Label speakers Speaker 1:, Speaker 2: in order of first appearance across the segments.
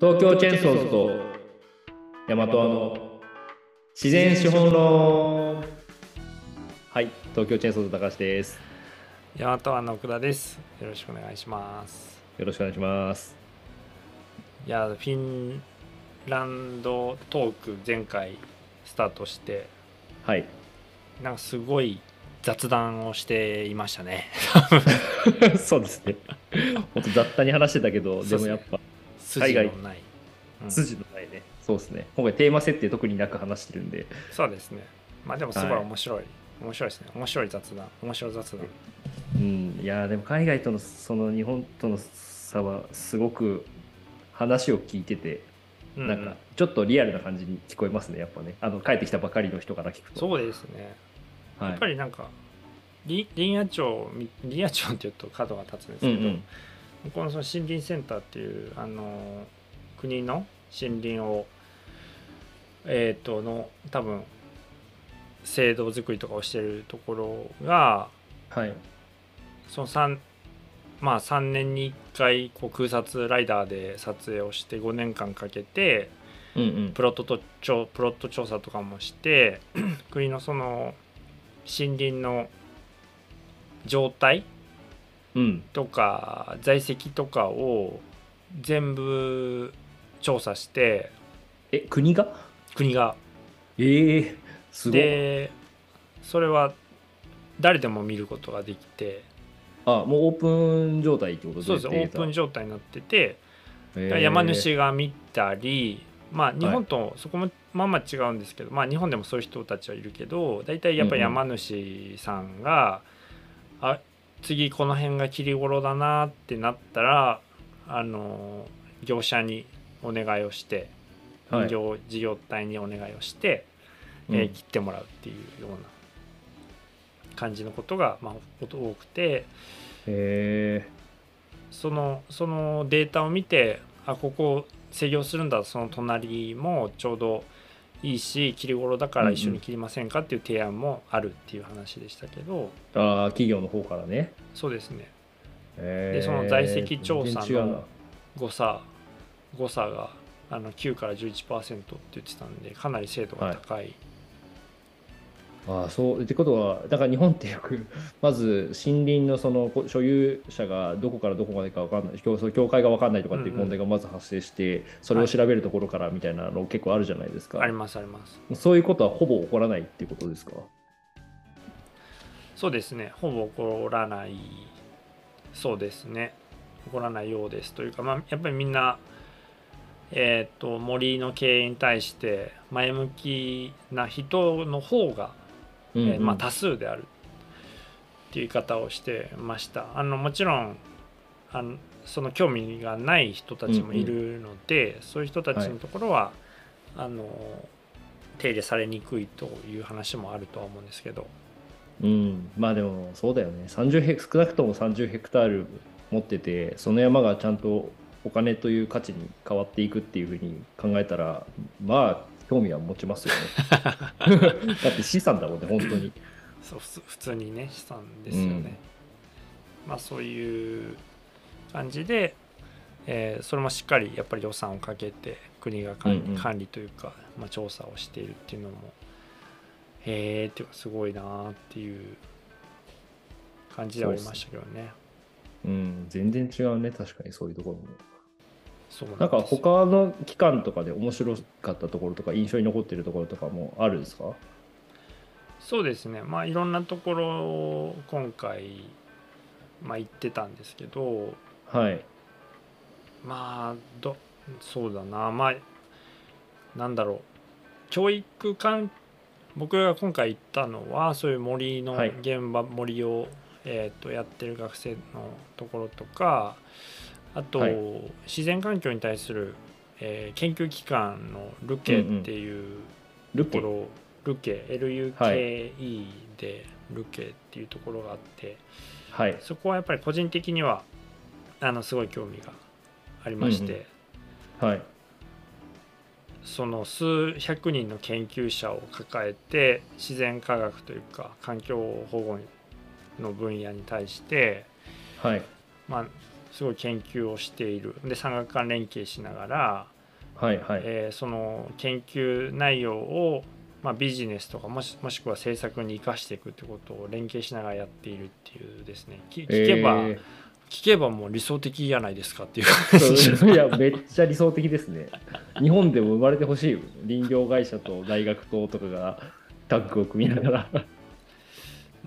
Speaker 1: 東京チェーンソーズとヤマトアの自然資本論はい東京チェーンソーズ高橋です
Speaker 2: ヤマトワの奥田です。よろしくお願いします。
Speaker 1: よろしくお願いします
Speaker 2: いや、フィンランドトーク前回スタートして、
Speaker 1: はい
Speaker 2: なんかすごい雑談をしていましたね。
Speaker 1: そうですね本当雑多に話してたけどで
Speaker 2: そうです
Speaker 1: も
Speaker 2: ね
Speaker 1: やっぱ
Speaker 2: 筋のない。うん
Speaker 1: 筋のないねそうですね今回テーマ設定特になく話してるんで
Speaker 2: そうですね。まあでもすごい
Speaker 1: はい
Speaker 2: 面白い。面白いですね。面白い雑談。面白い雑談。
Speaker 1: うんいやーでも海外とのその日本との差はすごく話を聞いてて
Speaker 2: う
Speaker 1: なんかちょっとリアルな感じに聞こえますねやっぱねあの帰ってきたばかりの人から聞くと
Speaker 2: そうですね。
Speaker 1: はい、
Speaker 2: やっぱりなんか、り林野町、み林野町って言うと角が立つんです
Speaker 1: う
Speaker 2: けど、
Speaker 1: んうん
Speaker 2: 向こうのその森林センターっていうあの国の森林をえっ、との多分制度作りとかをしてるところが
Speaker 1: はい
Speaker 2: その3まあ3年に1回こう空撮ライダーで撮影をして5年間かけて
Speaker 1: うんうん
Speaker 2: プロットと調プロット調査とかもして 国のその森林の状態
Speaker 1: うん
Speaker 2: とか在籍とかを全部調査して
Speaker 1: え国が
Speaker 2: 国が
Speaker 1: ええすごい
Speaker 2: でそれは誰でも見ることができて
Speaker 1: あもうオープン状態ってこと
Speaker 2: そうですオープン
Speaker 1: 状
Speaker 2: 状態になってて
Speaker 1: 態
Speaker 2: 山主が見たりまあ
Speaker 1: い
Speaker 2: 日本とそこもまあまあ違うんですけどまあ日本でもそういう人たちはいるけど大体やっぱり
Speaker 1: うんうん
Speaker 2: 山主さんがあ次この辺が切り頃だなってなったらあの業者にお願いをして。
Speaker 1: はい
Speaker 2: 事業,、事業体にお願いをして、えー切ってもらうっていうような感じのことが、まあ、お多くて
Speaker 1: え
Speaker 2: そのそのデータを見てあここ制御するんだその隣もちょうどいいし切り頃だから一緒に切りませんかっていう提案もあるっていう話でしたけど、
Speaker 1: あー企業の方からね
Speaker 2: そうですね
Speaker 1: で
Speaker 2: その在籍調査の
Speaker 1: 違うな
Speaker 2: 誤差誤差があの9から11%って言ってたんでかなり精度が高い
Speaker 1: ああそうってことはだから日本ってよく まず森林のそのこ所有者がどこからどこまでかわかんない境その境界がわかんないとかっていう問題がまず発生して、それを調べるところからみたいなの結構あるじゃないですか、
Speaker 2: ありますあります
Speaker 1: そういうことはほぼ起こらないっていうことですか
Speaker 2: そうですね、ほぼ怒らない、そうですね、怒らないようですというか、まあ、やっぱりみんな、えー、と森の経営に対して前向きな人の方が、
Speaker 1: う
Speaker 2: えーまあ、
Speaker 1: た
Speaker 2: 多数であるっていう言い方をしてました。あのもちろんあのその興味がない人たちもいるので、そういう人たちのところは、あの手入れされにくいという話もあるとは思うんですけど。
Speaker 1: うん、まあでもそうだよね30ヘク少なくとも30ヘクタール持っててその山がちゃんとお金という価値に変わっていくっていうふうに考えたらまあ興味は持ちますよ ねだって資産だもんね本当に
Speaker 2: そうふつ普通にね資産ですよね、まあそういう感じで、えーそれもしっかりやっぱり予算をかけて国が管,、
Speaker 1: うんうん
Speaker 2: 管理というか、まあ、調査をしているっていうのもへえっていうかすごいなーっていう感じではありましたけどね
Speaker 1: うん全然違うね確かにそういうところも
Speaker 2: そう
Speaker 1: なんか
Speaker 2: ですよ
Speaker 1: 他の機関とかで面白かったところとか印象に残ってるところとかもあるんですか
Speaker 2: そうですねまあいろんなところを今回、まあ、行ってたんですけど
Speaker 1: はい
Speaker 2: まあどそうだなまあなんだろう教育関僕が今回行ったのはそういう森の
Speaker 1: はい
Speaker 2: 現場、森を、えー、とやってる学生のところとかあと、
Speaker 1: はい
Speaker 2: 自然環境に対する、えー研究機関のルケっていう
Speaker 1: ル
Speaker 2: とこ
Speaker 1: ケ
Speaker 2: ろ、ルケ LUKE
Speaker 1: は
Speaker 2: で、ルケっていうところがあって
Speaker 1: はい
Speaker 2: そこはやっぱり個人的にはあのすごい興味がありまして、
Speaker 1: うんうはい
Speaker 2: その数百人の研究者を抱えて自然科学というか環境保護の分野に対して、
Speaker 1: はい
Speaker 2: まあ、すごい研究をしているで産学官連携しながら、
Speaker 1: はいはい。
Speaker 2: えーその研究内容を、まあ、ビジネスとかもしもしくは政策に生かしていくってことを連携しながらやっているっていうですねき聞けば、
Speaker 1: え
Speaker 2: 聞けばもう理想的じゃないですかっていう感じ
Speaker 1: ーいや、めっちゃ理想的ですね。日本でも生まれてほしいよ。林業会社と大学ととかがタッグを組みなが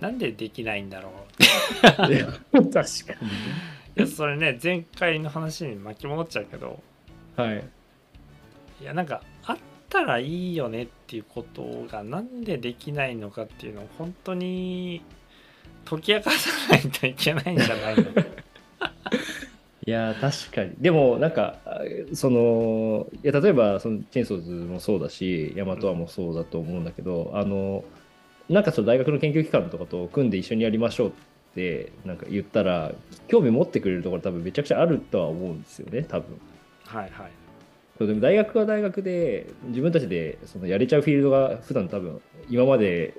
Speaker 2: なんでできないんだろう
Speaker 1: ら。いや 確か
Speaker 2: いやそれね前回の話に巻き戻っちゃうけど
Speaker 1: に。はい。
Speaker 2: いやなんかあったらいいよねっていうことがなんでできないのかっていうのを本当に解き明かさないといけないんじゃないの
Speaker 1: いやー確かにでもなんかあそのいや例えばそのチェーンソーズもそうだしヤマトアもそうだと思うんだけど、あのなんかその大学の研究機関とかと組んで一緒にやりましょうってなんか言ったら興味持ってくれるところ多分めちゃくちゃあるとは思うんですよね多分
Speaker 2: はいはい
Speaker 1: そうでも大学は大学で自分たちでそのやれちゃうフィールドが普段多分今まで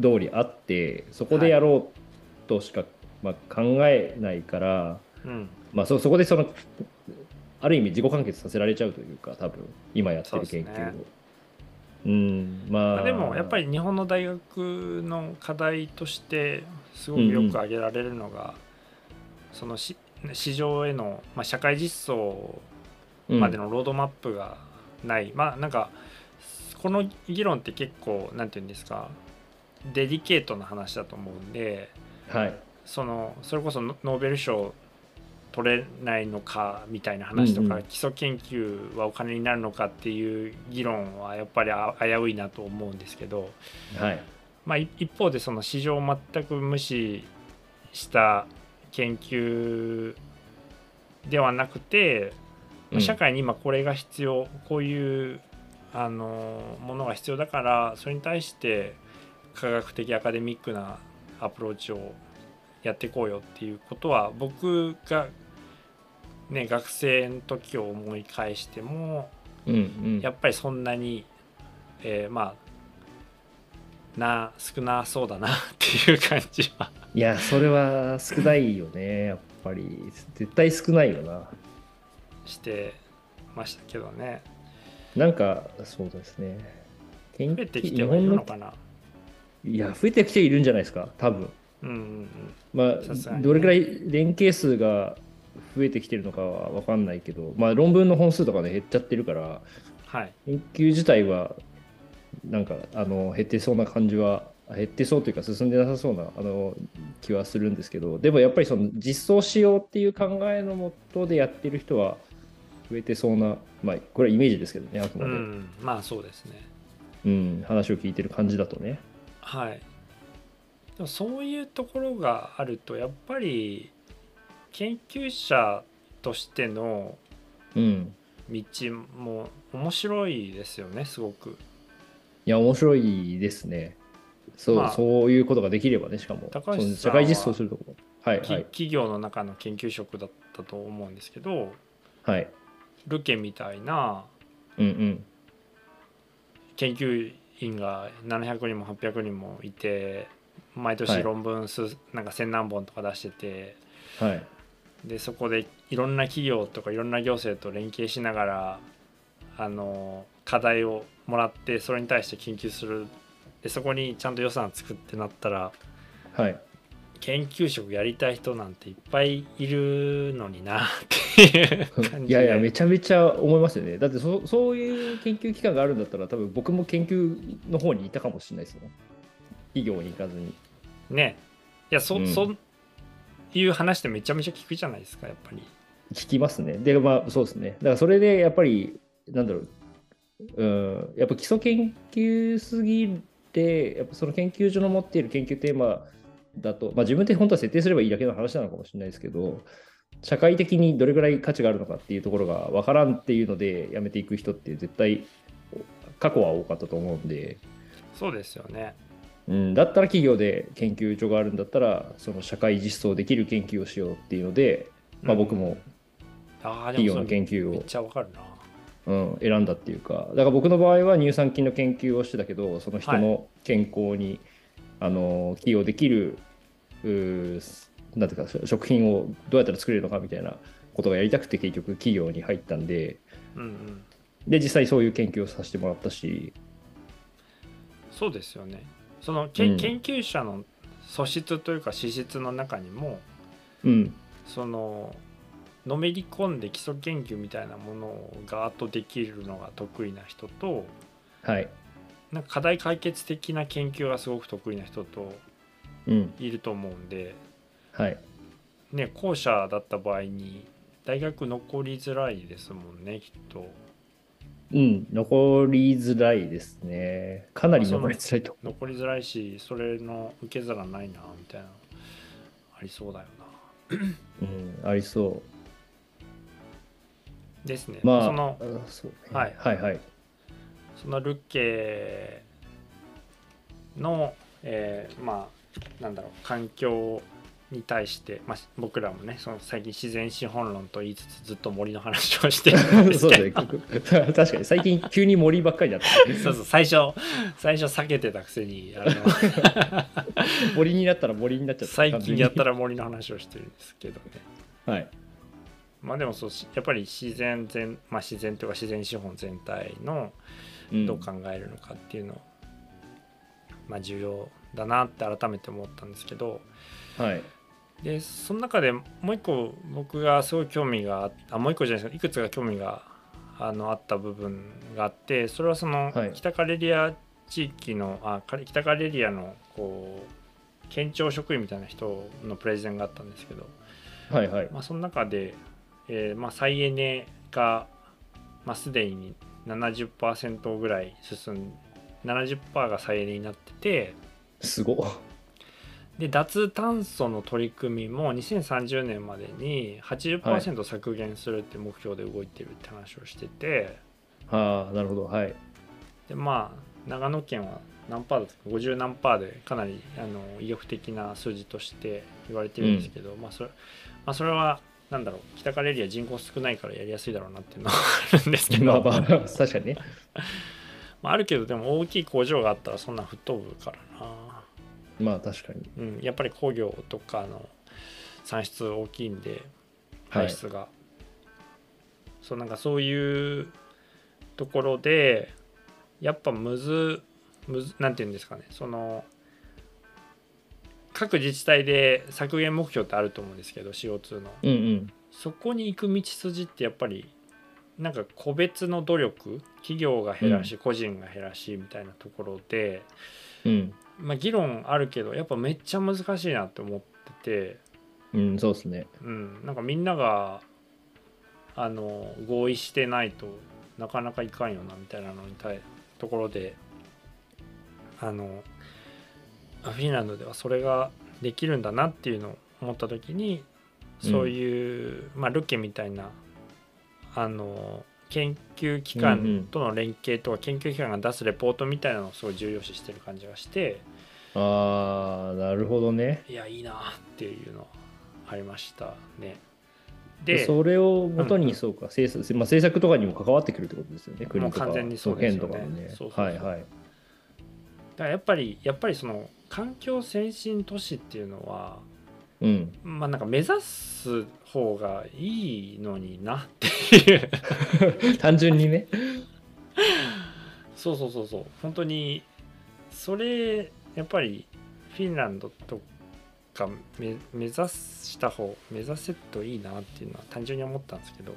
Speaker 1: 通りあってそこでやろうとしか、まあ、考えないから。
Speaker 2: うん
Speaker 1: まあ、そそこでそのある意味自己完結させられちゃうというか多分今やってる研究を。
Speaker 2: そう
Speaker 1: うんま
Speaker 2: ま
Speaker 1: あ、
Speaker 2: あでもやっぱり日本の大学の課題としてすごくよく挙げられるのが、そのし市場への、まあ、社会実装までのロードマップがない、まあなんかこの議論って結構なんて言うんですかデリケートな話だと思うんで
Speaker 1: うん、はい、
Speaker 2: そのそれこそノノーベル賞取れないのかみたいな話とか、
Speaker 1: うんうん
Speaker 2: 基礎研究はお金になるのかっていう議論はやっぱりあ危ういなと思うんですけど、
Speaker 1: はい、
Speaker 2: まあ、い一方でその市場を全く無視した研究ではなくて、
Speaker 1: う
Speaker 2: まあ
Speaker 1: ん
Speaker 2: 社会に今これが必要こういうあのものが必要だからそれに対して科学的アカデミックなアプローチをやっていこうよっていうことは僕が、ね、学生の時を思い返しても
Speaker 1: うんうん、
Speaker 2: やっぱりそんなに、えーまあな少なそうだなっていう感じはい
Speaker 1: やそれは少ないよねやっぱり絶対少ないよな
Speaker 2: してましたけどね
Speaker 1: なんかそうですね研
Speaker 2: 増えてきてはいるのかな。
Speaker 1: いや増えてきているんじゃないですか多分
Speaker 2: うんうんうん、
Speaker 1: ま
Speaker 2: さすがに
Speaker 1: あ、
Speaker 2: ね
Speaker 1: どれくらい連携数が増えてきてるのかは分かんないけど、まあ、論文の本数とかね減っちゃってるから、
Speaker 2: はい
Speaker 1: 研究自体はなんかあの減ってそうな感じは減ってそうというか進んでなさそうなあの気はするんですけどでもやっぱりその実装しようっていう考えのもとでやってる人は増えてそうなまあこれはイメージですけどねあく
Speaker 2: う
Speaker 1: まで、
Speaker 2: ん、まあそうですね。
Speaker 1: うん話を聞いてる感じだとね
Speaker 2: はい、でもそういうところがあるとやっぱり研究者としての
Speaker 1: うん
Speaker 2: 道も面白いですよねすごく。
Speaker 1: いや面白いですねそう、
Speaker 2: まあ
Speaker 1: そういうことができればねしかも
Speaker 2: 高
Speaker 1: そ
Speaker 2: 橋さん
Speaker 1: の
Speaker 2: は
Speaker 1: 社会実装するところはい
Speaker 2: き
Speaker 1: はい
Speaker 2: 企業の中の研究職だったと思うんですけど
Speaker 1: はい
Speaker 2: ルケみたいな
Speaker 1: うんうん
Speaker 2: 研究員が700人も800人もいて毎
Speaker 1: はい
Speaker 2: 年論文数、なんか千何本とか出してて
Speaker 1: はい
Speaker 2: でそこでいろんな企業とかいろんな行政と連携しながらあの課題をもらってそれに対して研究するでそこにちゃんと予算作ってなったら
Speaker 1: はい
Speaker 2: 研究職やりたい人なんていっぱいいるのになっていう感じで
Speaker 1: いやいや、めちゃめちゃ思いますよね。だってそ、そういう研究機関があるんだったら、多分僕も研究の方にいたかもしれないですよ。企業に行かずに。
Speaker 2: ねいやそ,、
Speaker 1: う
Speaker 2: うんそういう話ってめちゃめちゃ聞くじゃないですかやっぱり
Speaker 1: 聞きますね。で、まあ、そうですね。だから、それでやっぱり、なんだろう、うん、やっぱ基礎研究すぎて、やっぱその研究所の持っている研究テーマだと、まあ、自分で本当は設定すればいいだけの話なのかもしれないですけど、社会的にどれぐらい価値があるのかっていうところが分からんっていうので、やめていく人って絶対、過去は多かったと思うんで。
Speaker 2: そうですよね
Speaker 1: うん、だったら企業で研究所があるんだったらその社会実装できる研究をしようっていうので、まあ、僕も
Speaker 2: ああで
Speaker 1: 企業
Speaker 2: も
Speaker 1: の
Speaker 2: それ
Speaker 1: 研究
Speaker 2: め
Speaker 1: を
Speaker 2: っ、ちゃわかるな
Speaker 1: うん、選んだっていうかだから僕の場合は乳酸菌の研究をしてたけどその人の健康に、あの寄与できるうーなんていうか食品をどうやったら作れるのかみたいなことがやりたくて結局企業に入ったんで
Speaker 2: うんうん
Speaker 1: で実際そういう研究をさせてもらったし
Speaker 2: そうですよねそのけ、
Speaker 1: うん
Speaker 2: 研究者の素質というか資質の中にも
Speaker 1: うん
Speaker 2: そののめり込んで基礎研究みたいなものがあとできるのが得意な人と
Speaker 1: はい
Speaker 2: なんか課題解決的な研究がすごく得意な人と
Speaker 1: うん
Speaker 2: いると思うんで、
Speaker 1: はい
Speaker 2: ね、後者だった場合に大学残りづらいですもんねきっと
Speaker 1: うん残りづらいですねかなり残りづらいと
Speaker 2: 残りづらいしそれの受け皿ないなみたいなのありそうだよな
Speaker 1: うんありそ
Speaker 2: ですね、
Speaker 1: うまあ
Speaker 2: その
Speaker 1: あそうね
Speaker 2: はい
Speaker 1: はいはい
Speaker 2: そのルッケの、えーまあなんだろう環境に対して、まあ、僕らもねその最近自然資本論と言いつつずっと森の話をしてるんで す
Speaker 1: そうだ
Speaker 2: け
Speaker 1: ね
Speaker 2: ど
Speaker 1: 確かに最近急に森ばっかりだった
Speaker 2: そうそう最初最初避けてたくせに あの
Speaker 1: 森になったら森になっちゃった
Speaker 2: 最近やったら森の話をしてるんですけどね
Speaker 1: はい
Speaker 2: まあでもそうしやっぱり自然全、まあ、自然というか自然資本全体の
Speaker 1: うん
Speaker 2: どう考えるのかっていうの、まあ重要だなって改めて思ったんですけど、
Speaker 1: はい
Speaker 2: でその中でもう一個僕がすごい興味がああもう一個じゃないですかいくつか興味があのあった部分があってそれはその
Speaker 1: はい
Speaker 2: 北カレリア地域の、あカレ北カレリアのこう県庁職員みたいな人のプレゼンがあったんですけど、
Speaker 1: はいはい
Speaker 2: まあ、その中で、えーまあ、再エネが、まあ、すでに70%ぐらい進ん70%が再エネになってて、
Speaker 1: すごっ
Speaker 2: で脱炭素の取り組みも2030年までに80%削減するって目標で動いてるって話をしてて、
Speaker 1: ああなるほど はい
Speaker 2: でまあ長野県は何パーだったか50何パーでかなりあの意欲的な数字として言われてるんですけど、まあそれまあ、それはなんだろう北カレリア人口少ないからやりやすいだろうなっていうのはあるんですけど
Speaker 1: まあまあ確かにね
Speaker 2: まああるけどでも大きい工場があったらそんな吹っ飛ぶからな。
Speaker 1: まあ確かに
Speaker 2: うん、やっぱり工業とかの産出大きいんで
Speaker 1: はい
Speaker 2: 排出が、そうなんかそういうところでやっぱむずむずなんて言うんですかねその各自治体で削減目標ってあると思うんですけど CO2 の
Speaker 1: うんうん
Speaker 2: そこに行く道筋ってやっぱりなんか個別の努力企業が減らし、個人が減らしみたいなところで、
Speaker 1: うん
Speaker 2: まあ、議論あるけどやっぱめっちゃ難しいなって思ってて、
Speaker 1: うんそうですね
Speaker 2: うん、なんかみんながあの合意してないとなかなかいかんよなみたいなのに対ところであのあフィンランドではそれができるんだなっていうのを思った時にそういう、まあ、ルケみたいなあの研究機
Speaker 1: うんうん
Speaker 2: 関との連携とか、研究機関が出すレポートみたいなのをすごい重要視してる感じがして。
Speaker 1: ああなるほどね
Speaker 2: いやいいなっていうのはありましたね。
Speaker 1: で
Speaker 2: で
Speaker 1: それをもとにそうか、政策まあ、政策とかにも関わってくるってことですよね国とか
Speaker 2: もう完全にそうですよ
Speaker 1: 県
Speaker 2: ね
Speaker 1: とかもね
Speaker 2: そうそうそう
Speaker 1: はいはい
Speaker 2: だからやっぱりやっぱりその環境先進都市っていうのは
Speaker 1: うん
Speaker 2: まあなんか目指す方がいいのになっていう
Speaker 1: 単純にね
Speaker 2: そうそうそうそう本当にそれやっぱりフィンランドとかめ目指した方目指せるといいなっていうのは単純に思ったんですけど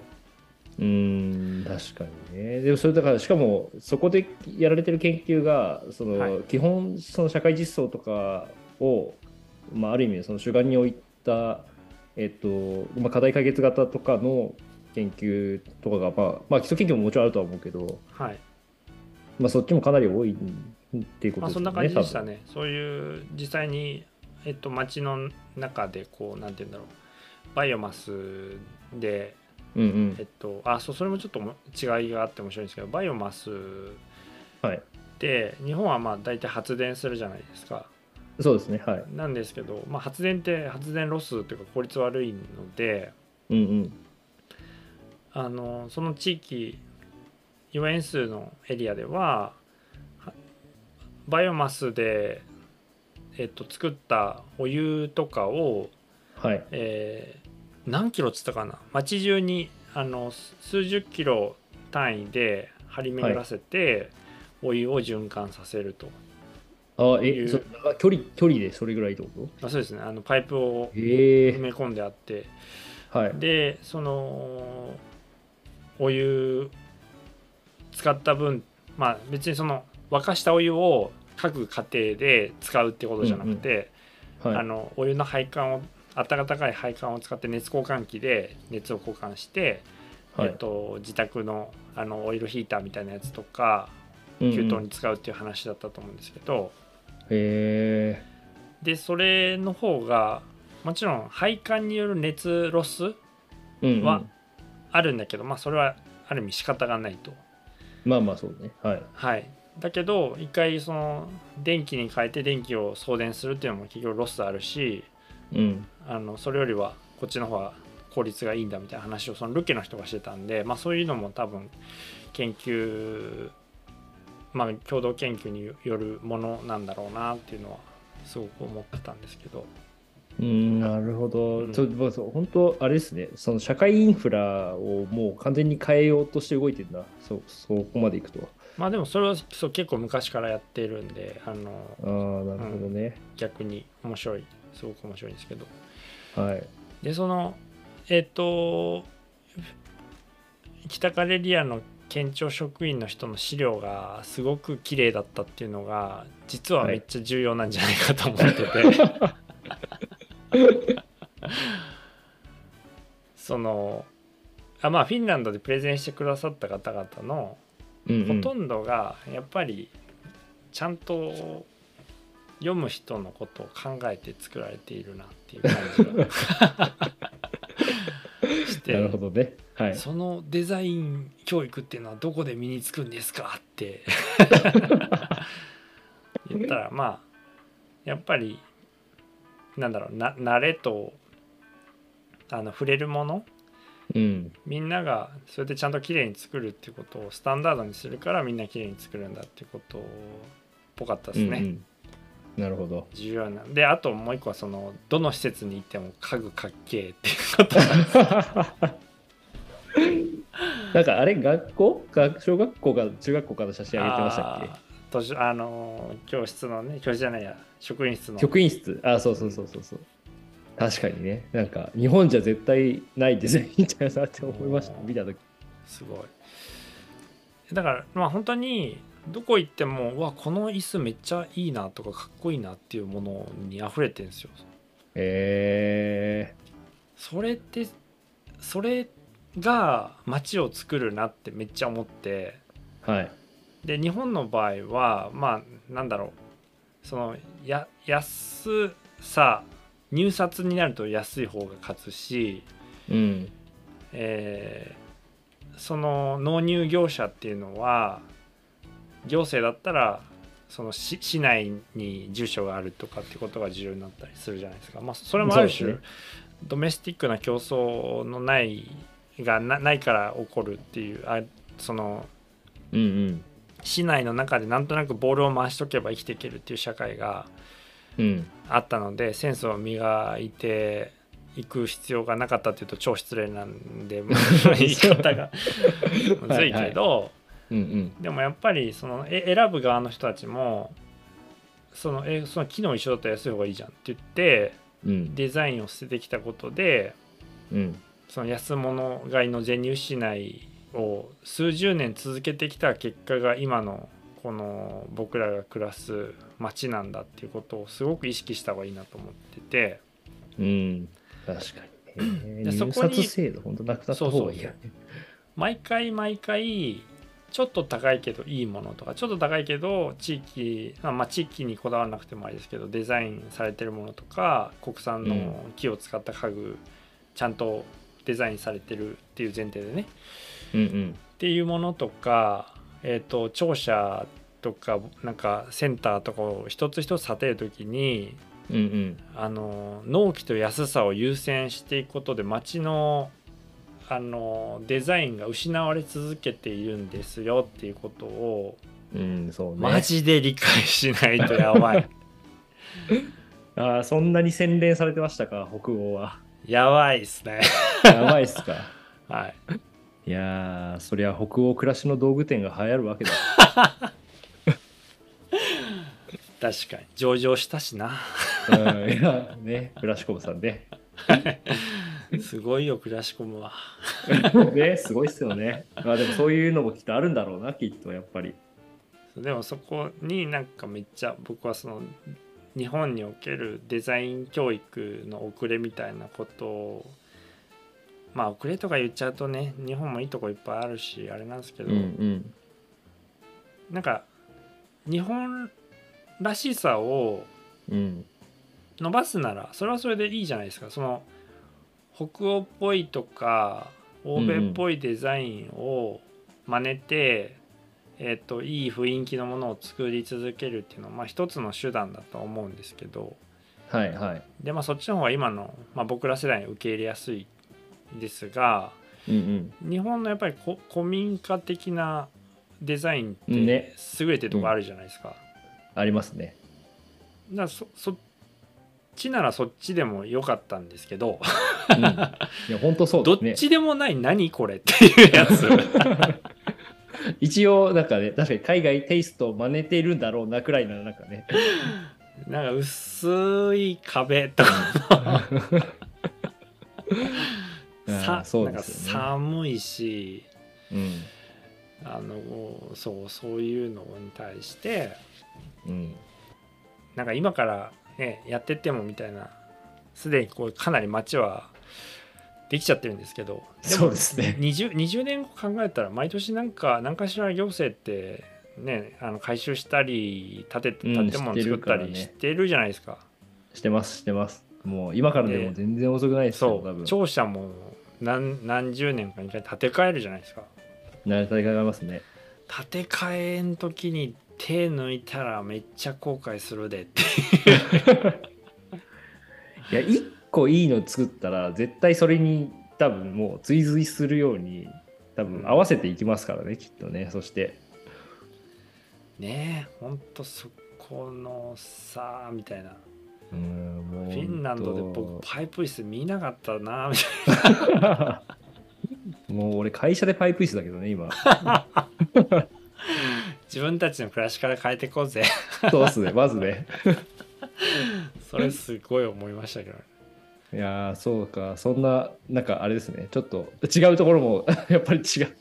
Speaker 1: うーん確かにねでもそれだからしかもそこでやられてる研究がその、
Speaker 2: はい
Speaker 1: 基本その社会実装とかを、まあ、ある意味その主眼に置いた、えっとまあ、課題解決型とかの研究とかが、まあまあ、基礎研究ももちろんあるとは思うけど、
Speaker 2: はい
Speaker 1: まあ、そっちもかなり多いっていうこ
Speaker 2: ま
Speaker 1: とです
Speaker 2: あ、そ
Speaker 1: よ
Speaker 2: ん
Speaker 1: ね。
Speaker 2: な感じでした
Speaker 1: 多分
Speaker 2: ね。そういう実際に、えっと、街の中でこうなんて言うんだろうバイオマスで、
Speaker 1: うんうん
Speaker 2: えっと、あそうそれもちょっとも違いがあって面白いんですけどバイオマス
Speaker 1: はい、
Speaker 2: って日本はまあ大体発電するじゃないですか。
Speaker 1: そうですね、はい。
Speaker 2: なんですけど、まあ、発電って発電ロスというか効率悪いので
Speaker 1: うんうん。
Speaker 2: あのその地域4円数のエリアでははバイオマスで、えっと、作ったお湯とかを
Speaker 1: はい。
Speaker 2: え何キロっつったかな町中にあのす数十キロ単位で張り巡らせて、お湯を循環させると
Speaker 1: あ
Speaker 2: い
Speaker 1: え
Speaker 2: う
Speaker 1: そあ距離距離でそれぐらいってこと
Speaker 2: あそうですねあのパイプを
Speaker 1: へ
Speaker 2: 埋
Speaker 1: え
Speaker 2: め込んであって
Speaker 1: はい
Speaker 2: でそのお湯使った分まあ別にその沸かしたお湯を各家庭で使うってことじゃなくて、
Speaker 1: はい
Speaker 2: あのお湯の配管を温かい配管を使って熱交換器で熱を交換して、
Speaker 1: はい
Speaker 2: えっと、自宅のあのオイルヒーターみたいなやつとか
Speaker 1: うんうん
Speaker 2: 給湯に使うっていう話だったと思うんですけど、
Speaker 1: へえ
Speaker 2: でそれの方がもちろん配管による熱ロス
Speaker 1: うんうん
Speaker 2: はあるんだけど、まあそれはある意味仕方がないと。
Speaker 1: まあまあそうねはい
Speaker 2: はい、だけど一回その電気に変えて電気を送電するっていうのも結局ロスあるし
Speaker 1: うん
Speaker 2: あのそれよりはこっちの方が効率がいいんだみたいな話をそのルケの人がしてたんで、まあ、そういうのも多分研究まあ共同研究によるものなんだろうなっていうのはすごく思ってたんですけど
Speaker 1: うんなるほど、
Speaker 2: うん
Speaker 1: ちょまあそう本当あれですねその社会インフラをもう完全に変えようとして動いてんだそそこまでいくとは
Speaker 2: まあでもそれはそう結構昔からやってるんであの
Speaker 1: ああなるほどね、
Speaker 2: 逆に面白いすごく面白いんですけど
Speaker 1: はい
Speaker 2: でそのえっ、と北カレリアの県庁職員の人の資料がすごく綺麗だったっていうのが実はめっちゃ重要なんじゃないかと思ってて、そのあまあフィンランドでプレゼンしてくださった方々の
Speaker 1: うんうん、
Speaker 2: ほとんどがやっぱりちゃんと読む人のことを考えて作られているなっていう感じがして
Speaker 1: なるほどねはい
Speaker 2: そのデザイン教育っていうのはどこで身につくんですかって 言ったらまあやっぱりなんだろうな慣れとあの触れるもの
Speaker 1: うん
Speaker 2: みんながそれでちゃんと綺麗に作るってことをスタンダードにするからみんな綺麗に作るんだってことっぽかったですね、
Speaker 1: うんうんなるほど
Speaker 2: 重要なであともう一個はそのどの施設に行っても家具かっけえっていうこと
Speaker 1: なんかあれ学校が小学校か中学校から写真上げてましたっけ
Speaker 2: あー図書あのー教室のね教室じゃないや職員室の
Speaker 1: 局員室あそうそうそうそうそう確かにねなんか日本じゃ絶対ないデザインだなって思いました
Speaker 2: うん
Speaker 1: 見た時
Speaker 2: すごいだからまあ本当にどこ行ってもうわこの椅子めっちゃいいなとかかっこいいなっていうものに溢れてるんですよ
Speaker 1: え
Speaker 2: それってそれが街を作るなってめっちゃ思って
Speaker 1: ー、はい
Speaker 2: で日本の場合はまあなんだろうそのや安さ入札になると安い方が勝つし、
Speaker 1: うん
Speaker 2: えーその納入業者っていうのは行政だったらその市市内に住所があるとかってことが重要になったりするじゃないですか、まあ、それもある
Speaker 1: そう
Speaker 2: 種、
Speaker 1: ですね
Speaker 2: ドメスティックな競争のないがなないから起こるっていうあその
Speaker 1: うんうん
Speaker 2: 市内の中でなんとなくボールを回しとけば生きていけるっていう社会が
Speaker 1: うん
Speaker 2: あったのでセンスを磨いていく必要がなかったっていうと超失礼なんで まあ言い方がむずいけど
Speaker 1: うんうん
Speaker 2: でもやっぱりそのえ選ぶ側の人たちもそのえその機能一緒だったら安い方がいいじゃんって言って
Speaker 1: うん
Speaker 2: デザインを捨ててきたことで
Speaker 1: うん
Speaker 2: その安物買いの税入市内を数十年続けてきた結果が今のこの僕らが暮らす街なんだっていうことをすごく意識した方がいいなと思ってて。
Speaker 1: うん確かにね
Speaker 2: でそ
Speaker 1: 入
Speaker 2: こに
Speaker 1: 札制度本当なくなった方がいいよね
Speaker 2: 毎回毎回ちょっと高いけどいいものとかちょっと高いけど地域あまあ地域にこだわらなくてもあれですけどデザインされてるものとか国産の木を使った家具ちゃんとデザインされてるっていう前提でね
Speaker 1: うん
Speaker 2: っていうものとかえっ、と庁舎とかなんかセンターとかを一つ一つ立てる時に
Speaker 1: うんうんうん
Speaker 2: あの納期と安さを優先していくことで街のあのデザインが失われ続けているんですよっていうことを
Speaker 1: うん、そうね。
Speaker 2: マジで理解しないとやばい
Speaker 1: ああ、そんなに洗練されてましたか、北欧は。
Speaker 2: やばいっすね
Speaker 1: やばいっすか。
Speaker 2: はい
Speaker 1: いやー、そりゃ北欧暮らしの道具店が流行るわけだ。
Speaker 2: 確かに上場したしな
Speaker 1: うん、いや、ね、クラシコブさんで、
Speaker 2: すごいよクラシコムは
Speaker 1: ね、すごいっすよね。まあでもそういうのもきっとあるんだろうな、きっとやっぱり。
Speaker 2: でもそこになんかめっちゃ僕はその日本におけるデザイン教育の遅れみたいなことをまあ遅れとか言っちゃうとね日本もいいとこいっぱいあるしあれなんですけ
Speaker 1: う
Speaker 2: ど、
Speaker 1: ん
Speaker 2: なんか日本らしさを
Speaker 1: うん。うん。
Speaker 2: 伸ばすならそれはそれでいいじゃないですかその北欧っぽいとか欧米っぽいデザインを真似て、えっといい雰囲気のものを作り続けるっていうのは、まあ、一つの手段だと思うんですけど
Speaker 1: はいはい。
Speaker 2: で、まあ、そっちの方が今の、まあ、僕ら世代に受け入れやすいですが
Speaker 1: うんうん。
Speaker 2: 日本のやっぱりこ古民家的なデザインって優
Speaker 1: ね
Speaker 2: れてるとこあるじゃないですか。
Speaker 1: あります ね。
Speaker 2: だからそそっちならそっちでも良かったんですけど
Speaker 1: うん、いや、本当そう
Speaker 2: どっ
Speaker 1: ですね。
Speaker 2: ちでもない何これっていう やつ
Speaker 1: 一応、なんかね、確かに海外テイストを真似ているんだろうなくらいの、なんかね。
Speaker 2: なんか薄い壁とか
Speaker 1: あ
Speaker 2: さ
Speaker 1: ーそう
Speaker 2: なん
Speaker 1: で
Speaker 2: か
Speaker 1: すよね。
Speaker 2: 寒いし
Speaker 1: うん。
Speaker 2: あのそうそういうのに対して
Speaker 1: うん。
Speaker 2: なんか今から、ね、やってってもみたいなすでにこうかなり街はできちゃってるんですけどで
Speaker 1: そうですね。
Speaker 2: 20, 20年後考えたら毎年なんか何かしら行政って、ね、あの改修したり建て
Speaker 1: うん
Speaker 2: 建物作ったり
Speaker 1: し
Speaker 2: して
Speaker 1: るからね
Speaker 2: てるじゃないですか。
Speaker 1: してます、してます。もう今からでも全然遅くないですよ、
Speaker 2: そ
Speaker 1: 多分
Speaker 2: う。庁舎も何何十年かに一回建て替えるじゃないですか
Speaker 1: なりたいがいますね。
Speaker 2: 建て替えん時に手抜いたらめっちゃ後悔するでって
Speaker 1: いや、一個いいの作ったら、絶対それに多分もう追随するように、多分合わせていきますからね、きっとね。そして、
Speaker 2: ねえほんとそこのさみたいな
Speaker 1: うーんも
Speaker 2: フ
Speaker 1: う
Speaker 2: ィンランドで
Speaker 1: 本
Speaker 2: 僕パイプ椅子見なかったな みたい
Speaker 1: 当もう俺、会社でパイプ椅子だけどね、今。
Speaker 2: な自分たちの暮らしから変えてこうぜ
Speaker 1: そうっすね、まずね。
Speaker 2: それすごい思いましたけど
Speaker 1: いやー、そうか、そんな、なんかあれですね、ちょっと違うところも、 やっぱり違う。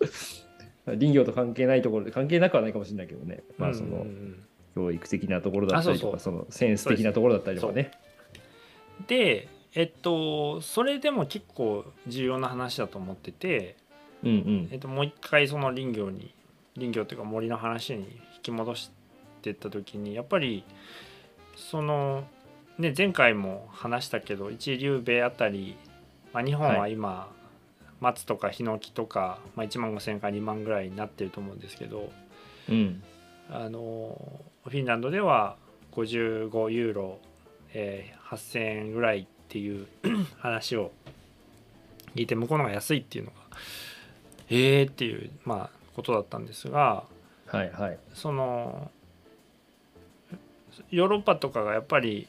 Speaker 1: 林業と関係ないところで、関係なくはないかもしれないけどね、まあその、
Speaker 2: うんうんうん
Speaker 1: 教育的なところだったりとか
Speaker 2: あ
Speaker 1: そのセンス的なところだったりとかね
Speaker 2: でえっとそれでも結構重要な話だと思ってて
Speaker 1: うんう
Speaker 2: えっと、もう一回その林業に林業というか森の話に引き戻してった時にやっぱりその、ね、前回も話したけど一流米あたり、まあ、日本は
Speaker 1: は
Speaker 2: 今、松とかヒノキとか、まあ、1万5,000から2万ぐらいになってると思うんですけど
Speaker 1: んうん
Speaker 2: あのフィンランドでは55ユーロ、えー8,000円ぐらいっていう 話を聞いて向こうの方が安いっていうのがええー、っていう、まあ、ことだったんですが
Speaker 1: はいはい
Speaker 2: そのヨーロッパとかがやっぱり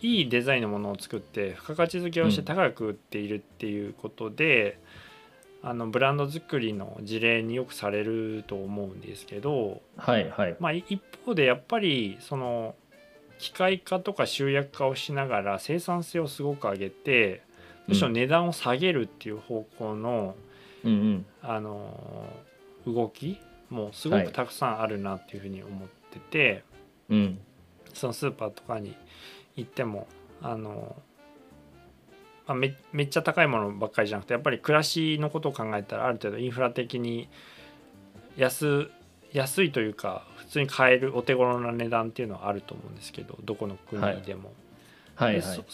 Speaker 2: いいデザインのものを作って付加価値付けをして
Speaker 1: うん
Speaker 2: 高く売っているっていうことで、あのブランド作りの事例によくされると思うんですけど
Speaker 1: はいはい
Speaker 2: まあ、い一方でやっぱりその機械化とか集約化をしながら生産性をすごく上げてむしろ値段を下げるっていう方向の,、
Speaker 1: うんうん
Speaker 2: あのー動きもすご
Speaker 1: は
Speaker 2: く
Speaker 1: い
Speaker 2: たくさんあるなっていうふうに思ってて、
Speaker 1: うん
Speaker 2: そのスーパーとかに行ってもあのー、まあ、めめっちゃ高いものばっかりじゃなくてやっぱり暮らしのことを考えたらある程度インフラ的に安安いというか普通に買えるお手頃な値段っていうのはあると思うんですけどどこの国
Speaker 1: はい
Speaker 2: でも。
Speaker 1: はい
Speaker 2: で
Speaker 1: は
Speaker 2: そ
Speaker 1: い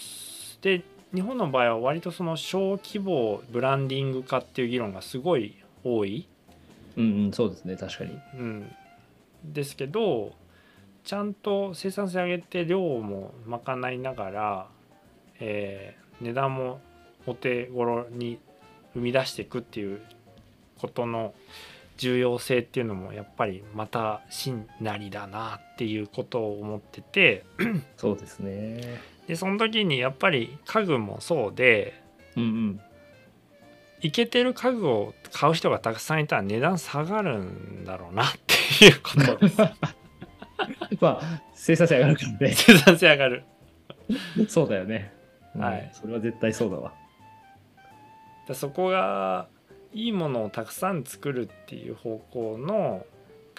Speaker 2: で日本の場合は割とその小規模ブランディング化っていう議論がすごい多い。
Speaker 1: うんうんそうですね確かに
Speaker 2: うん、ですけどちゃんと生産性上げて量も賄いながら、えー値段もお手頃に生み出していくっていうことの重要性っていうのもやっぱりまた真なりだなっていうことを思ってて
Speaker 1: そうですね
Speaker 2: でその時にやっぱり家具もそうで
Speaker 1: ううんうん
Speaker 2: いけてる家具を買う人がたくさんいたら値段下がるんだろうなっていうことです
Speaker 1: まあ生産性上がるからね
Speaker 2: 生産性上がる
Speaker 1: そうだよね、うん
Speaker 2: はい
Speaker 1: それは絶対そうだわ
Speaker 2: だそこがいいものをたくさん作るっていう方向の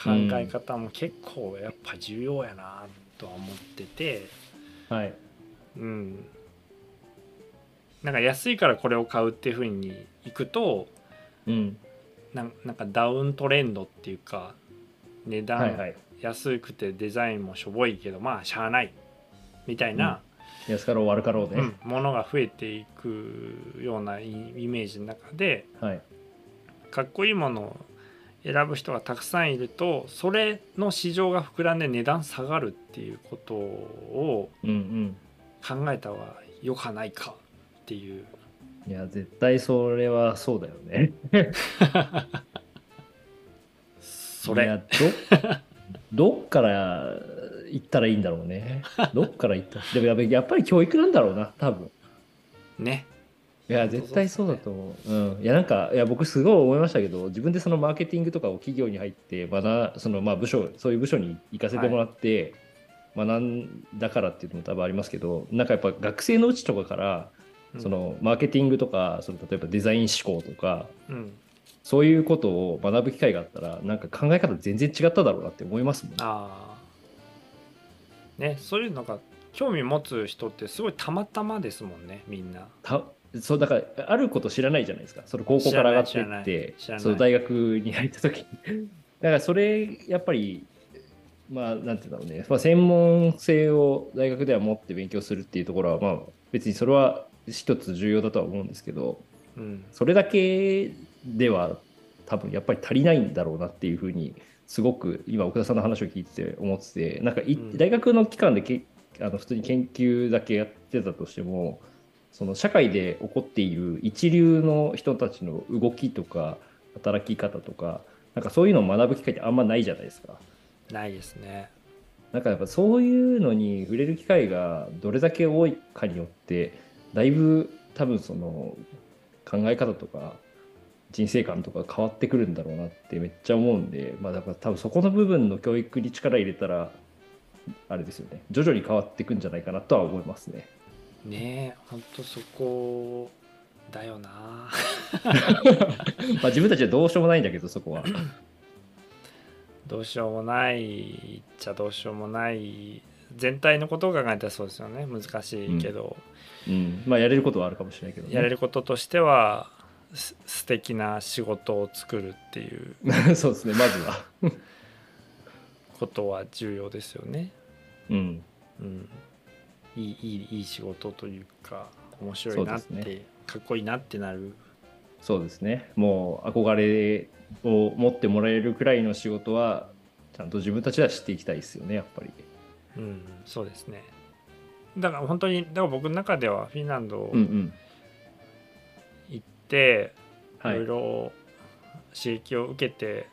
Speaker 2: 考え方も結構やっぱ重要やなとは思ってて
Speaker 1: はい
Speaker 2: うんなんか安いからこれを買うっていうふうにいくと
Speaker 1: うん
Speaker 2: なんなんかダウントレンドっていうか値段、
Speaker 1: はいはい
Speaker 2: 安くてデザインもしょぼいけどまあしゃあないみたいな、
Speaker 1: 安かろう悪かろう
Speaker 2: う
Speaker 1: ね
Speaker 2: ん、ものが増えていくようなイイメージの中で
Speaker 1: はい
Speaker 2: かっこいいものを選ぶ人がたくさんいるとそれの市場が膨らんで値段下がるっていうことを
Speaker 1: うん
Speaker 2: 考えたはよかないかっていう
Speaker 1: うんいや絶対それはそうだよね
Speaker 2: そ
Speaker 1: い
Speaker 2: れ
Speaker 1: やど どっから行ったらいいんだろうねどっから行ったでもやべやっぱり教育なんだろうな多分
Speaker 2: ね
Speaker 1: いや
Speaker 2: 本当
Speaker 1: 絶対そうだと思う、うん、いやなんかいや僕すごい思いましたけど自分でそのマーケティングとかを企業に入って学そのまあ部署そういう部署に行かせてもらって、学んだからっていうのも多分ありますけどなんかやっぱ学生のうちとかからそ、のマーケティングとかその例えばデザイン思考とか
Speaker 2: うんうん、
Speaker 1: そういうことを学ぶ機会があったらなんか考え方全然違っただろうなって思いますもん
Speaker 2: ああねそういうのが興味持つ人ってすごいたまたまですもんねみんな
Speaker 1: たそうだからあること知らないじゃないですかその高校から上がって
Speaker 2: 知らない
Speaker 1: っ
Speaker 2: 知らない
Speaker 1: て
Speaker 2: 知らない
Speaker 1: その大学に入った時にだからそれやっぱりまあなんて言うんだろうね、まあ、専門性を大学では持って勉強するっていうところはまあ別にそれは一つ重要だとは思うんですけど
Speaker 2: うん
Speaker 1: それだけでは多分やっぱり足りないんだろうなっていうふうにすごく今奥田さんの話を聞いてて思っててなんかい
Speaker 2: うん
Speaker 1: 大学の期間でけあの普通に研究だけやってたとしてもその社会で起こっている一流の人たちの動きとか働き方とかなんかそういうのを学ぶ機会ってあんまないじゃないですか。
Speaker 2: ないですね
Speaker 1: なんかやっぱそういうのに触れる機会がどれだけ多いかによってだいぶ多分その考え方とか人生観とか変わってくるんだろうなってめっちゃ思うんで、まあ、だから多分そこの部分の教育に力入れたらあれですよね徐々に変わっていくんじゃないかなとは思いますね。
Speaker 2: ねえほんとそこだよな
Speaker 1: まあ自分たちはどうしようもないんだけどそこは。
Speaker 2: どうしようもないっちゃどうしようもない全体のことを考えたらそうですよね難しいけど、
Speaker 1: うん、まあやれることはあるかもしれないけど、
Speaker 2: やれることとしてはす素敵な仕事を作るっていう
Speaker 1: る そうですねまずは。
Speaker 2: ことは重要ですよね、
Speaker 1: うん
Speaker 2: うん、いいいいいい仕事というか面白
Speaker 1: そ
Speaker 2: いう
Speaker 1: で
Speaker 2: なっ
Speaker 1: す
Speaker 2: て、
Speaker 1: ね
Speaker 2: かっこいいなってなる
Speaker 1: そうですねもう憧れを持ってもらえるくらいの仕事はちゃんと自分たちでは知っていきたいですよねやっぱり
Speaker 2: うん、そうですね。だから本当にだから僕の中ではフィンランド
Speaker 1: うんうん
Speaker 2: 行って、
Speaker 1: はい
Speaker 2: ろ
Speaker 1: い
Speaker 2: いろ刺激を受けて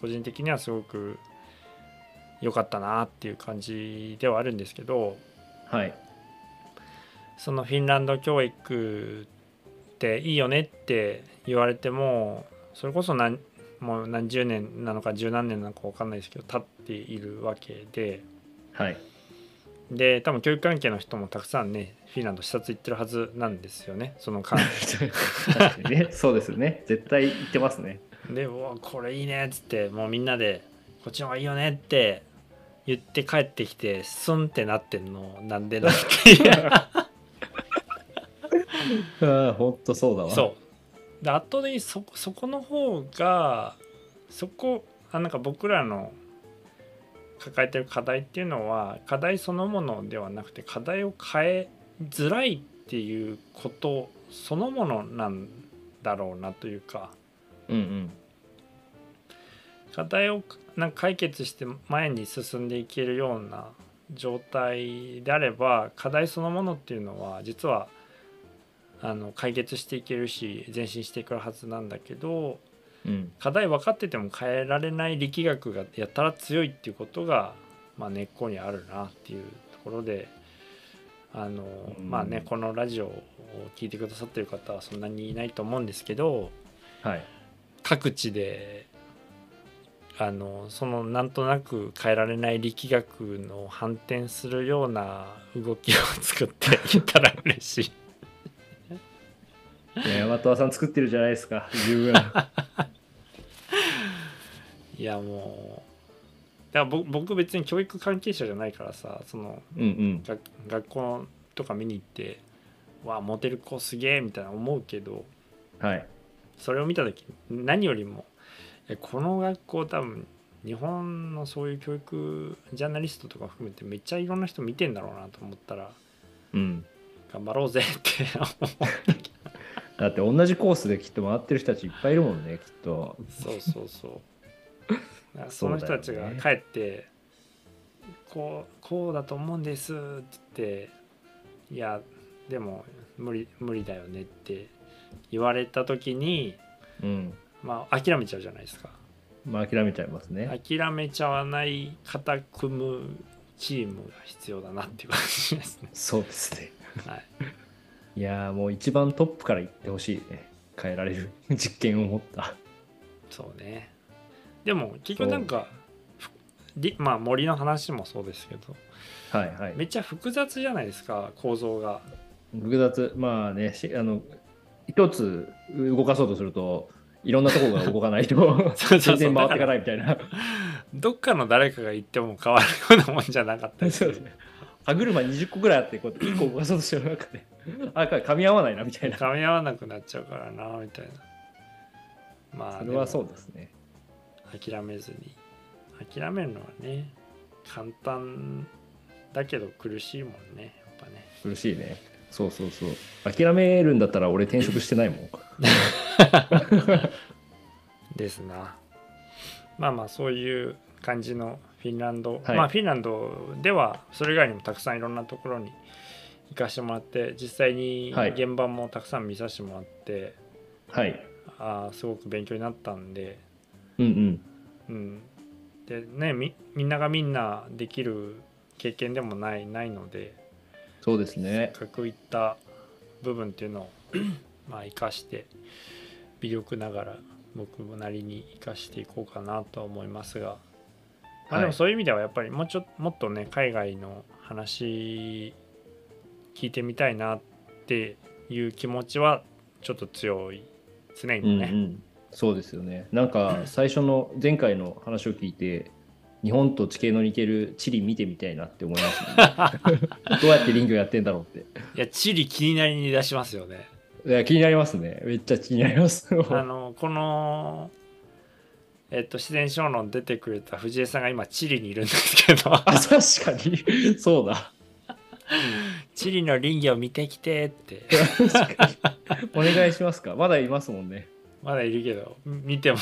Speaker 2: 個人的にはすごく良かったなっていう感じではあるんですけど
Speaker 1: はい
Speaker 2: そのフィンランド教育っていいよねって言われてもそれこそ何もう何十年なのか十何年なのか分かんないですけど経っているわけで
Speaker 1: はい
Speaker 2: で多分教育関係の人もたくさんねフィンランド視察行ってるはずなんですよねその間
Speaker 1: 確かにねそうですよね絶対言ってますね
Speaker 2: で「うわこれいいね」っつってもうみんなで「こっちの方がいいよね」って言って帰ってきてスンってなってんのなんでだっていう
Speaker 1: ああほんと そうだわ
Speaker 2: そうで圧倒的にそそこの方がそこあなんか僕らの抱えてる課題っていうのは課題そのものではなくて課題を変えづらいっていうことそのものなんだろうなというか。
Speaker 1: ううんうん
Speaker 2: 課題をなんか解決して前に進んでいけるような状態であれば課題そのものっていうのは実はあの解決していけるし前進していくはずなんだけど
Speaker 1: うん
Speaker 2: 課題分かってても変えられない力学がやたら強いっていうことが、まあ、根っこにあるなっていうところであの
Speaker 1: うん
Speaker 2: まあねこのラジオを聞いてくださってる方はそんなにいないと思うんですけど
Speaker 1: はい。
Speaker 2: 各地であのそのなんとなく変えられない力学の反転するような動きを作っていたら嬉しい。
Speaker 1: いや山戸さん作ってるじゃないですか、十 分。
Speaker 2: いやもうだから僕僕別に教育関係者じゃないからさその
Speaker 1: うんうん。
Speaker 2: 学学校とか見に行って「わあモテる子すげえ」みたいな思うけど
Speaker 1: はい。
Speaker 2: それを見た時何よりもいやこの学校多分日本のそういう教育ジャーナリストとか含めてめっちゃいろんな人見てんだろうなと思ったら
Speaker 1: うん。
Speaker 2: 頑張ろうぜって思う
Speaker 1: だって同じコースできっと回ってる人たちいっぱいいるもんね、きっと。
Speaker 2: そうそうそうだからその人たちが帰ってこうこうだと思うんですって言っていやでも無理無理だよねって言われた時に
Speaker 1: うん。
Speaker 2: まあ諦めちゃうじゃないですか
Speaker 1: まあ諦めちゃいますね。
Speaker 2: 諦めちゃわない肩組むチームが必要だなっていう感じですね
Speaker 1: そうですね。
Speaker 2: はい
Speaker 1: いやーもう一番トップから行ってほしいね。変えられる 実験を持った。
Speaker 2: そうねでも結局なんかふりまあ森の話もそうですけど
Speaker 1: はいはい。
Speaker 2: めっちゃ複雑じゃないですか構造が
Speaker 1: 複雑。まあね、しあの、一つ動かそうとすると、いろんなところが動かないと
Speaker 2: そうそうそう
Speaker 1: 全然回っていかないみたいな。
Speaker 2: どっかの誰かが言っても変わるようなもんじゃなかったりす
Speaker 1: そう
Speaker 2: る
Speaker 1: ですね。歯車20個ぐらいあって、こう1個動かそうとしてる中で、あ、か噛み合わないなみたいな。
Speaker 2: 噛み合わなくなっちゃうからなみたいなまあ
Speaker 1: それはそう
Speaker 2: で
Speaker 1: ですね。
Speaker 2: も諦めずに諦めるのはね簡単だけど苦しいもんねやっぱね
Speaker 1: 苦しいね。そうそうそう。諦めるんだったら俺転職してないもん。
Speaker 2: ですなまあまあそういう感じのフィンランド、
Speaker 1: はい
Speaker 2: まあフィンランドではそれ以外にもたくさんいろんなところに行かしてもらって実際に
Speaker 1: はい
Speaker 2: 現場もたくさん見させてもらって、
Speaker 1: はい。
Speaker 2: あーすごく勉強になったんで、
Speaker 1: うんうん。
Speaker 2: うん、でねみみんながみんなできる経験でもないないので
Speaker 1: そうですね。
Speaker 2: せっかくいった部分っていうのを まあ生かして微力ながら僕もなりに生かしていこうかなとは思いますが、まあ、
Speaker 1: はい
Speaker 2: でもそういう意味ではやっぱりもうちょもっとね海外の話聞いてみたいなっていう気持ちはちょっと強い常
Speaker 1: うんう
Speaker 2: にね。
Speaker 1: ん。そうですよね。なん か最初の前回の話を聞いて、日本と地形の似てる地理見てみたいなって思います、 ね。どうやって林業やってんだろうって。
Speaker 2: いや地理気になりに出しますよね。
Speaker 1: いや気になりますね。めっちゃ気になります。
Speaker 2: あのこのえっと自然小論出てくれた藤江さんが今チリにいるんですけ ど
Speaker 1: あ確かに。そうだ。
Speaker 2: チリの林業見てきてって
Speaker 1: 確かに。お願いしますか。まだいますもんね。
Speaker 2: まだいるけど 見ても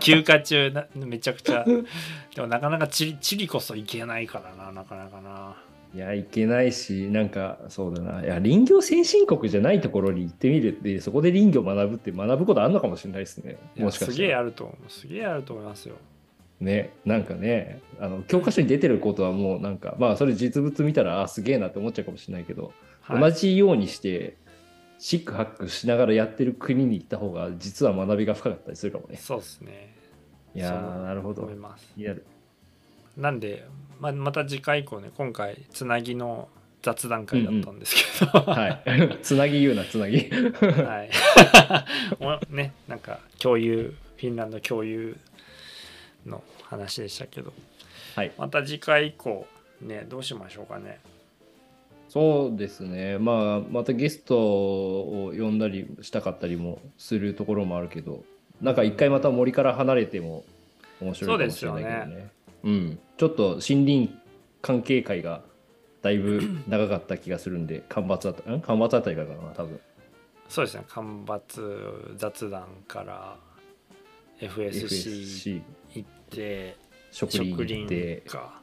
Speaker 2: 休暇中なめちゃくちゃでもなかなかチリチリこそ行けないからななかなかない
Speaker 1: や、いけないし、なんか、そうだな。いや、林業先進国じゃないところに行ってみるって、そこで林業学ぶって学ぶことあるのかもしれないですね。
Speaker 2: いや
Speaker 1: もしか
Speaker 2: す
Speaker 1: し
Speaker 2: げ
Speaker 1: た
Speaker 2: え
Speaker 1: ら。
Speaker 2: あると思うすげえあると思いますよ
Speaker 1: ね、なんかね、あの、教科書に出てることはもう、なんか、まあ、それ実物見たら、あ、すげえなって思っちゃうかもしれないけど、
Speaker 2: はい
Speaker 1: 同じようにして、シックハックしながらやってる国に行った方が、実は学びが深かったりするかもね。
Speaker 2: そうですね
Speaker 1: いや
Speaker 2: そう
Speaker 1: ー、なるほど
Speaker 2: 思い。ます
Speaker 1: いやる。
Speaker 2: なんで、まあ、また次回以降ね今回つなぎの雑談会だったんですけど、
Speaker 1: はい。 つなぎ言うな、つなぎ。
Speaker 2: はい。おね、なんか共有、フィンランド共有の話でしたけど、
Speaker 1: はい。
Speaker 2: また次回以降、ね、どうしましょうかね。
Speaker 1: そうですね、まあ、またゲストを呼んだりしたかったりもするところもあるけど、なんか一回また森から離れても面白いかもしれないけど
Speaker 2: そう
Speaker 1: ね。うん、ちょっと森林関係会がだい ぶ長かった気がするんで、干ばつあたり、ん干ばつあたりからかな、多分
Speaker 2: そうですね、干ばつ雑談から FSC
Speaker 1: FSC、
Speaker 2: 行って、
Speaker 1: 植林
Speaker 2: 植
Speaker 1: 行って
Speaker 2: 林、か。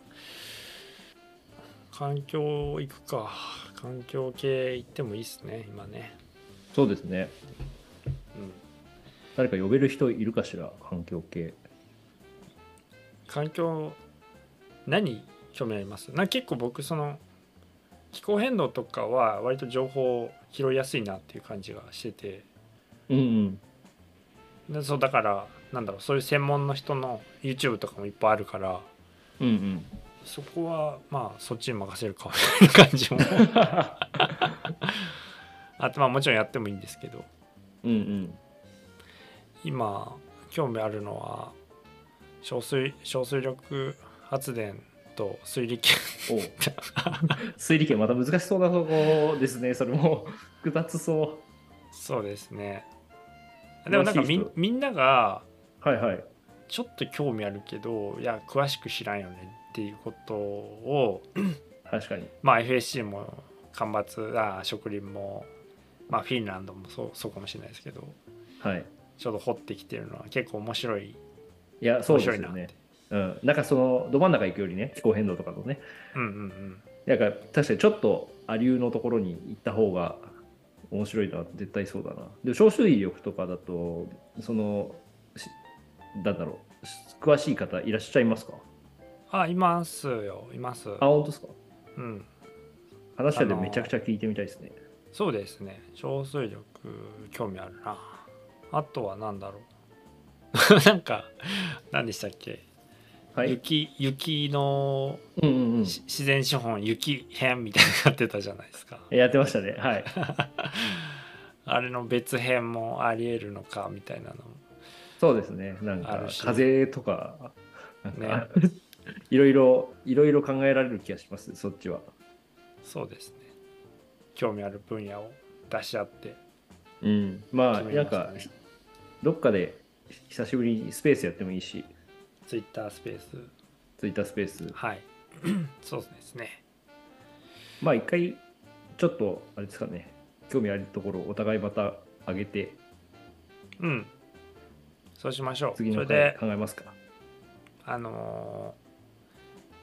Speaker 2: 環境行くか。環境系行ってもいいですね、今ね。
Speaker 1: そうですね、
Speaker 2: うん
Speaker 1: 誰か呼べる人いるかしら、環境系。
Speaker 2: 環境何興味ありますな結構僕その気候変動とかは割と情報を拾いやすいなっていう感じがしてて
Speaker 1: うんうん
Speaker 2: でそうだからなんだろうそういう専門の人の YouTube とかもいっぱいあるから
Speaker 1: うんうん
Speaker 2: そこはまあそっちに任せるかみたいな感じもあとまあもちろんやってもいいんですけど
Speaker 1: うんうん
Speaker 2: 今興味あるのは小水小水力発電と水力
Speaker 1: おう 推理系また難しそうなとこですねそれも複雑そ
Speaker 2: そうですねでもなんか
Speaker 1: らしい
Speaker 2: み
Speaker 1: 人
Speaker 2: みんなが
Speaker 1: うはいはい
Speaker 2: ちょっと興味あるけどいや詳しく知らんよねっていうことを
Speaker 1: 確かに
Speaker 2: まあ FSC も干ばつあ植林もまあフィンランドもそうそうかもしれないですけど
Speaker 1: はい
Speaker 2: ちょっと掘ってきてるのは結構面白い
Speaker 1: いやそう
Speaker 2: 面
Speaker 1: で
Speaker 2: 白
Speaker 1: す
Speaker 2: いな
Speaker 1: よ
Speaker 2: って
Speaker 1: ねうん、なんかそのど真ん中行くよりね気候変動とかのね
Speaker 2: うんうん
Speaker 1: なんか確かにちょっとアリューのところに行った方が面白いのは絶対そうだな。で消臭威力とかだとそのしなんだろうし詳しい方いらっしゃいますか
Speaker 2: うんあいますよいます
Speaker 1: あ本当ですか
Speaker 2: うん
Speaker 1: 話でめちゃくちゃ聞いてみたいですね。
Speaker 2: そうですね小水力興味あるなあとは何だろう なんか何でしたっけ、
Speaker 1: はい。
Speaker 2: 雪雪の
Speaker 1: うんうんうん。
Speaker 2: し自然資本雪編みたいなのやってたじゃないですか
Speaker 1: やってましたね。はい。
Speaker 2: あれの別編もありえるのかみたいなのも
Speaker 1: そうですね。なんか
Speaker 2: あるし
Speaker 1: 風とかなん
Speaker 2: ね
Speaker 1: か、 いろいろいろいろ考えられる気がします。そっちは。
Speaker 2: そうですね興味ある分野を出し合って
Speaker 1: うん。まあ
Speaker 2: 決め
Speaker 1: なん
Speaker 2: ました
Speaker 1: か
Speaker 2: ね
Speaker 1: どっかで久しぶりにスペースやってもいいし、
Speaker 2: ツイッタースペース
Speaker 1: ツイッタースペース。
Speaker 2: はい そうですね
Speaker 1: まあ一回ちょっとあれですかね興味あるところをお互いまた上げて
Speaker 2: うんそうしましょう
Speaker 1: 次
Speaker 2: それ
Speaker 1: の回
Speaker 2: で
Speaker 1: 考えますか
Speaker 2: あの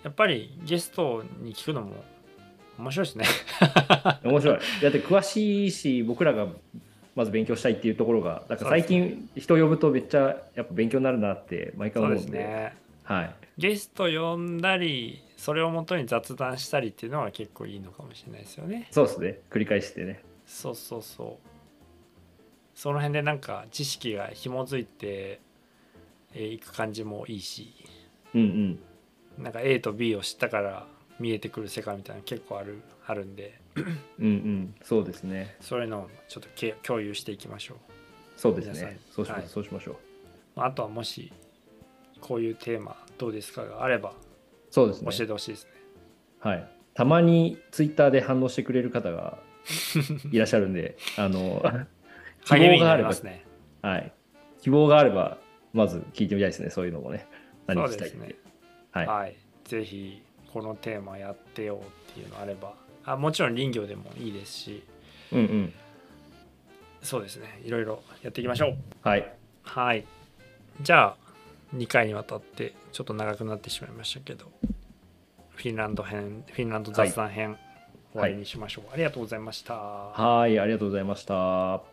Speaker 2: ーやっぱりゲストに聞くのも面白いですね
Speaker 1: 面 白いだって詳しいし僕らがまず勉強したいっていうところがだから最近人呼ぶとめっちゃやっぱ勉強になるなって毎回
Speaker 2: そ
Speaker 1: 思
Speaker 2: う
Speaker 1: う
Speaker 2: で
Speaker 1: ん
Speaker 2: す
Speaker 1: で
Speaker 2: ね
Speaker 1: はい
Speaker 2: ゲスト呼んだりそれをもとに雑談したりっていうのは結構いいのかもしれないですよね
Speaker 1: そうですね繰り返してね
Speaker 2: そうそうそうその辺でなんか知識が紐づいてえーいく感じもいいし
Speaker 1: うんうん
Speaker 2: なんか A と B を知ったから見えてくる世界みたいなの結構あるあるんで
Speaker 1: うんうんそうですね
Speaker 2: そういうのをちょっとけ共有していきましょう
Speaker 1: そうです
Speaker 2: 皆さん
Speaker 1: ねそうしましょう、
Speaker 2: はい
Speaker 1: そうしましょう
Speaker 2: まああとはもしこういうテーマどうですかがあれば
Speaker 1: そうです
Speaker 2: 教え
Speaker 1: ね
Speaker 2: てほしいですね
Speaker 1: はいたまにツイッターで反応してくれる方がいらっしゃるんで あの 希
Speaker 2: 励み
Speaker 1: 望
Speaker 2: に
Speaker 1: が
Speaker 2: な
Speaker 1: あ
Speaker 2: り
Speaker 1: れば
Speaker 2: ますね
Speaker 1: はい。希望があれば、まず聞いてみたいですね、そういうのもね。何
Speaker 2: そう
Speaker 1: 聞きた
Speaker 2: で
Speaker 1: いっ
Speaker 2: す
Speaker 1: て。
Speaker 2: ね
Speaker 1: はい。
Speaker 2: はいぜひこのテーマやってよっていうのあればあもちろん林業でもいいですし
Speaker 1: うんうん。
Speaker 2: そうですねいろいろやっていきましょう
Speaker 1: はい。
Speaker 2: はいじゃあ2回にわたってちょっと長くなってしまいましたけどフィンランド編フィンランド雑談編、終わりにしましょう、ありがとうございました
Speaker 1: はい、ありがとうございました。